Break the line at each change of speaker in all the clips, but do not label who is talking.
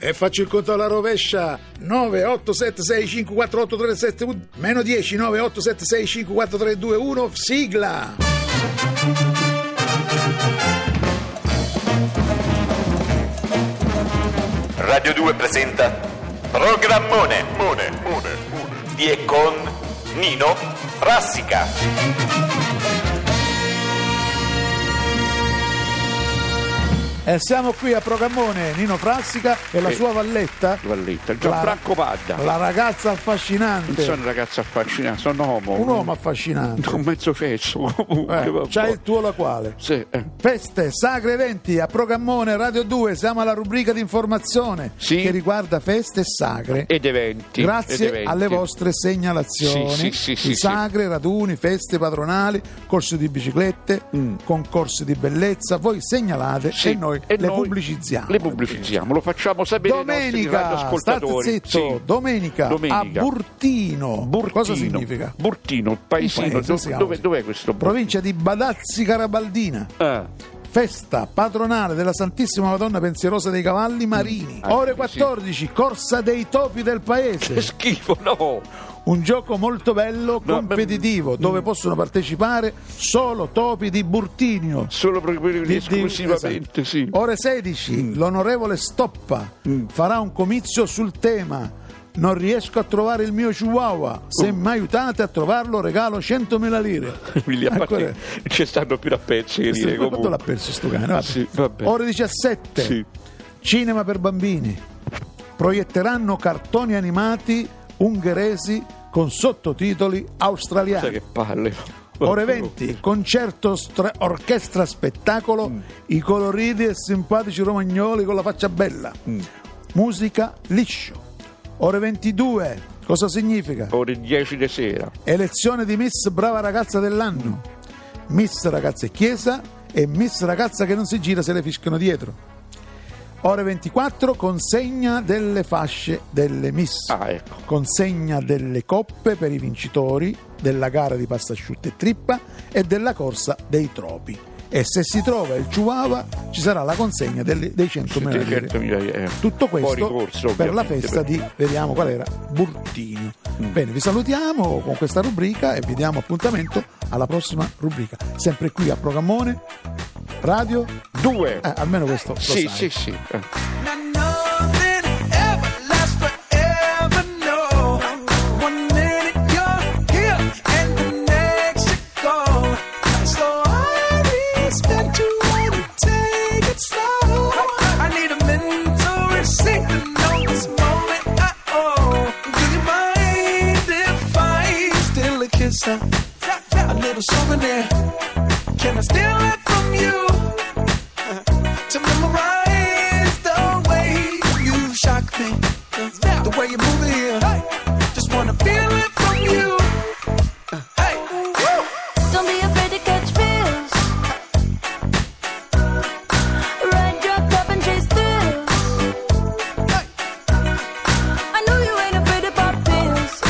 E faccio il conto alla rovescia. 9, 8, 7, 6, 5, 4, 8, 3, 7, u- meno 10, 9, 8, 7, 6, 5, 4, 3, 2, 1, sigla.
Radio 2 presenta Programmone Mone, Mone, Mone. di e con Nino Frassica.
E siamo qui a Programmone, Nino Frassica e la
Sì.
sua valletta.
Valletta,
La-
Gianfranco Padda.
La ragazza
Non
affascinante.
sono un ragazzo affascinato, sono uomo.
Un uomo affascinante.
Un mezzo fesso comunque.
Eh,
vabbè.
c'hai il tuo la quale.
Sì, eh.
Feste, sagre, eventi a Programmone Radio 2, siamo alla rubrica di informazione
Sì.
che riguarda feste e sagre.
Ed eventi.
Grazie
ed eventi.
alle vostre segnalazioni,
Sì, sì, sì,
di
sì,
sagre, raduni, feste patronali, corsi di biciclette, concorsi di bellezza, voi segnalate
Mm. Sì,
e noi le pubblicizziamo.
Le pubblicizziamo, lo facciamo sapere ai nostri
Domenica, state
radioascoltatori.
zitto,
Sì.
domenica,
Domenica.
a Burtino.
Burtino.
Cosa significa?
Burtino, il paesino.
Un paese,
Do-
si chiama
dove,
così.
dov'è questo Burtino?
Provincia di Badazzi Carabaldina.
Ah,
Festa patronale della Santissima Madonna Pensierosa dei Cavalli Marini.
Ah,
Ore
sì.
14, corsa dei topi del
che
paese.
schifo, no!
Un gioco molto bello,
ma- mm.
competitivo, dove possono partecipare solo topi di Burtinio.
Solo per quelli
Di- di-
esclusivamente,
esatto.
sì. Mm.
Ore 16, l'onorevole Stoppa farà un comizio sul tema. Non riesco a trovare il mio chihuahua. Se
Oh.
mi aiutate a trovarlo, regalo 100.000 lire.
Quindi a parte
Ancora-
ci stanno più da pezzi che
Questo
dire
quanto l'ha
comunque.
perso sto cane? Vabbè.
Sì, vabbè.
Ore 17.
Sì.
Cinema per bambini. Proietteranno cartoni animati ungheresi con sottotitoli
Sai
australiani.
che palle.
Ore 20, concerto stra- orchestra spettacolo,
Mm.
i coloriti e simpatici romagnoli con la faccia bella.
Mm.
Musica liscio. Ore 22, cosa significa?
Ore 10 di sera.
Elezione di Miss Brava Ragazza dell'anno. Miss Ragazza e Chiesa e Miss Ragazza che non si gira se le fischiano dietro. Ore 24, consegna delle fasce delle Miss.
Ah, ecco.
Consegna delle coppe per i vincitori della gara di pastasciutta e trippa e della corsa dei tropi. E se si trova il Chihuahua ci sarà la consegna delle- dei 100.000 lire.
700.000 lire.
Tutto questo
Fuori corso,
per la
ovviamente, Mm.
festa
per-
di, vediamo qual era, Burtino. Bene, vi salutiamo con questa rubrica e vi diamo appuntamento alla prossima rubrica. Sempre qui a Programmone, radio,
Due.
eh, almeno questo lo
sì,
sai.
sì, sì, eh.
Now nothing ever lasts forever, no. One minute you're here and the next you're gone. So I respect you and take it slow. I need a mentor and seek to know this moment I own. Do you mind if I steal a kiss? A little souvenir. Can I steal it from you? to memorize the way you shock me. The way you move it here. Just wanna feel it from you. Hey, woo!
Don't be afraid to catch feels. Ride your cup and chase thrills. I know you ain't afraid to pop pills.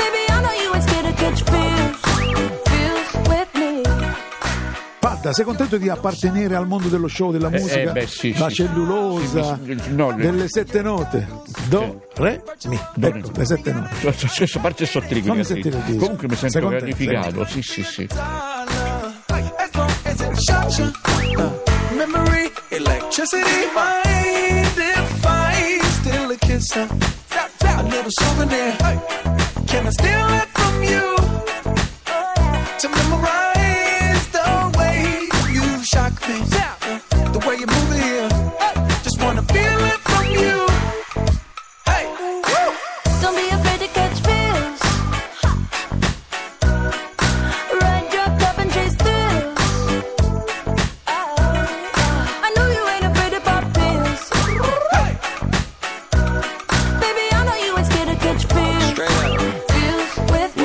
Baby, I know you ain't scared to catch feels. Feels with me.
Padda, sei contento di appartenere al mondo dello show, della musica,
eh, beh, sì,
la
sì.
cellulosa,
Sì, sì, no, le-
delle sette note? Do, re, mi. Ecco, le sette note.
Questa parte sto
Fammi sentire il disco.
Comunque mi sento
Sei contento?
gratificato. Sì, sì, sì.
Dollar. As long as it shocks you. Memory, electricity, mind if I steal a kiss? uh, A little souvenir. Can I steal it from you? To memorize the way you shock me. The way you move it here. Just wanna feel it from you. Hey, woo!
Don't be afraid to catch feels. Ride your cup and chase thrills. I know you ain't afraid to pop pills.
Hey,
Baby, I know you ain't scared to catch feels. Feels with me.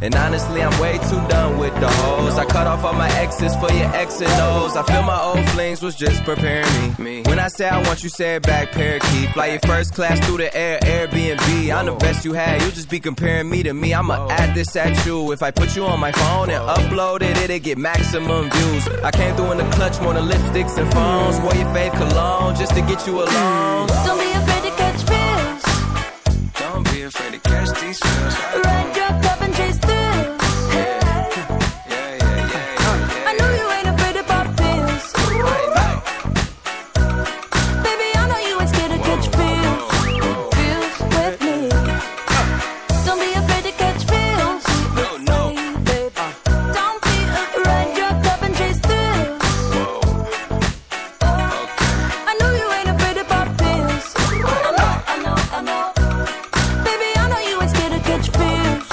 And honestly, I'm way too done with the hoes. I cut off all my exes for your X and O's. I feel my old flings was just preparing me. When I say I want you, say it back, parakeet. Fly your first class through the air, Airbnb. I'm the best you had. You just be comparing me to me. I'ma add this at you. If I put you on my phone and upload it, it'll get maximum views. I came through in the clutch, more than lipsticks and phones. Wore your fave cologne just to get you alone.
Don't be afraid to catch fish.
Don't be afraid to catch these fish.
Ride your cup and chase
Yeah,
thrills.
yeah, yeah, yeah, yeah.
I know you ain't afraid to pop pills. Baby, I know you ain't scared to catch feels. Feels with me. Don't be afraid to catch feels.
No, no.
Baby, don't be afraid. Ride your cup and chase thrills. I know you ain't afraid to pop pills. I know, I know, I know. Baby, I know you ain't scared to catch feels.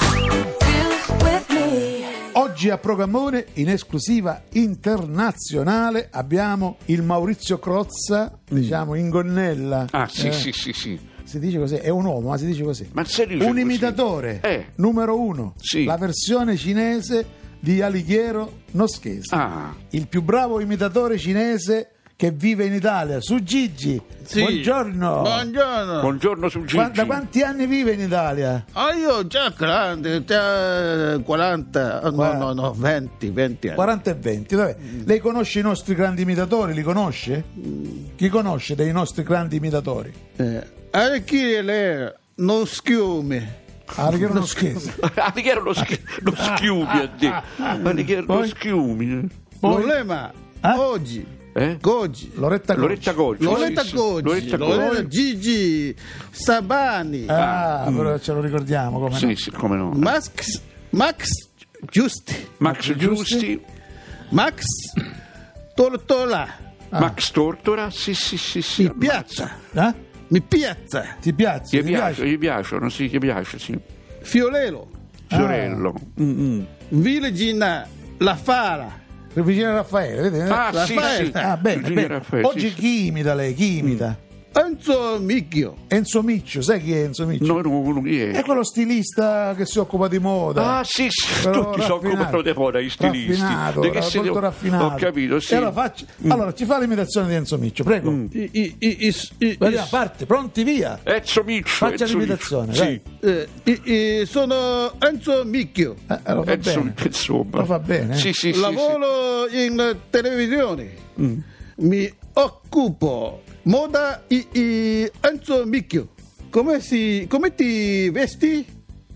Feels with me.
Oggi a Programmone, in esclusiva internazionale, abbiamo il Maurizio Crozza, diciamo in gonnella.
Ah, sì,
Eh,
sì, sì, sì.
Si dice così, è un uomo, ma si dice così.
Ma se dice
un
così?
imitatore,
Eh.
numero uno,
Sì.
la versione cinese di Alighiero Noschese.
Ah.
Il più bravo imitatore cinese che vive in Italia, su Gigi.
Sì.
Buongiorno.
Buongiorno.
Buongiorno su Gigi.
Qua- Da quanti anni vive in Italia?
Ah, io già grande, già 40, oh, no,
Guarda.
no, no, 20, 20 anni.
40 e 20, vabbè. Lei conosce i nostri grandi imitatori? Li conosce? Chi conosce dei nostri grandi imitatori?
Eh, allora, chi lei? Non schiumi.
Alghero Noschese.
Ah, di chi era lo, schi- lo schiumi a te? Ma di chi era lo schiumi?
Oh, Problema,
Eh?
oggi,
Eh?
oggi.
Loretta Goggi.
Loretta Goggi.
Loretta
sì, sì.
Goggi,
Loretta
Loretta
Goggi.
Gigi, Sabani,
Ah, però ce lo ricordiamo come
Sì, sì, come no.
Max, Max Giusti,
Max Giusti,
Max Tortola,
Max Tortora, sì, sì, sì, sì.
mi piazza,
no? Eh?
mi piazza,
Ti piace?
Gli,
Ti
piace,
piace?
gli piacciono, sì, gli piace, sì.
Fiorello,
Fiorello.
Virgina, La Fara,
Vicino a Raffaele, vedete?
Ah, sì,
Raffaele.
sì.
Eh, Ah, bene,
Virginia
bene.
Raffaele, sì, Mm.
Oggi
sì.
chi imita lei? Chi imita?
Enzo Micchio.
Enzo Miccio, sai chi è Enzo Miccio?
No, no, no, chi
È
è?
quello stilista che si occupa di moda.
Ah, sì, sì,
Però
tutti si occupano di moda, gli stilisti.
eh, Raffinato,
Di che
era
se
molto
ne-
raffinato.
Ho capito, sì. Mm.
Allora, facci- allora, ci fa l'imitazione di Enzo Miccio, prego.
I, i, i, i- i-
Vediamo, parte, pronti, via.
Ezzo Eh, Miccio.
Faccia
Ezzo
l'imitazione,
Miccio.
dai.
Sì,
eh, i- i- sono Enzo Micchio,
Eh, eh, lo fa
Ezzo
bene.
Miccio, insomma.
Lo fa bene, eh?
Sì, sì, sì, sì. Mm.
lavoro in televisione, mi occupo moda i, i- Enzo Micchio. Come, si, come ti vesti?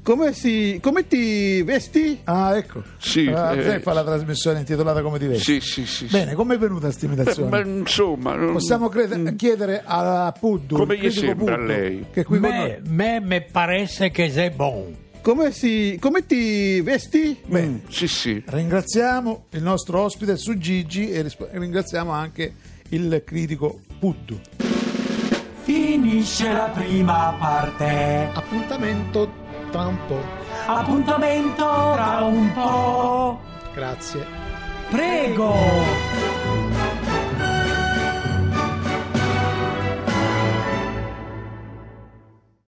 Come, si, come ti vesti?
Ah, ecco.
Sì,
Ah,
eh,
lei fa la trasmissione intitolata Come ti vedi.
Sì, sì, sì. sì.
Bene, com'è venuta questa
Beh, ma
imitazione?
insomma, non-
Possiamo crede- chiedere a Puddu,
Come
il
gli
critico
sembra a
Puddu,
lei?
Che è qui con
Me,
noi.
me, me parece que es bon.
Come, si, come ti vesti?
Bene,
sì, sì.
ringraziamo il nostro ospite su Gigi e risp- e ringraziamo anche il critico Puddu.
Finisce la prima parte,
Appuntamento tra un po'.
appuntamento tra un po'.
Grazie.
Prego!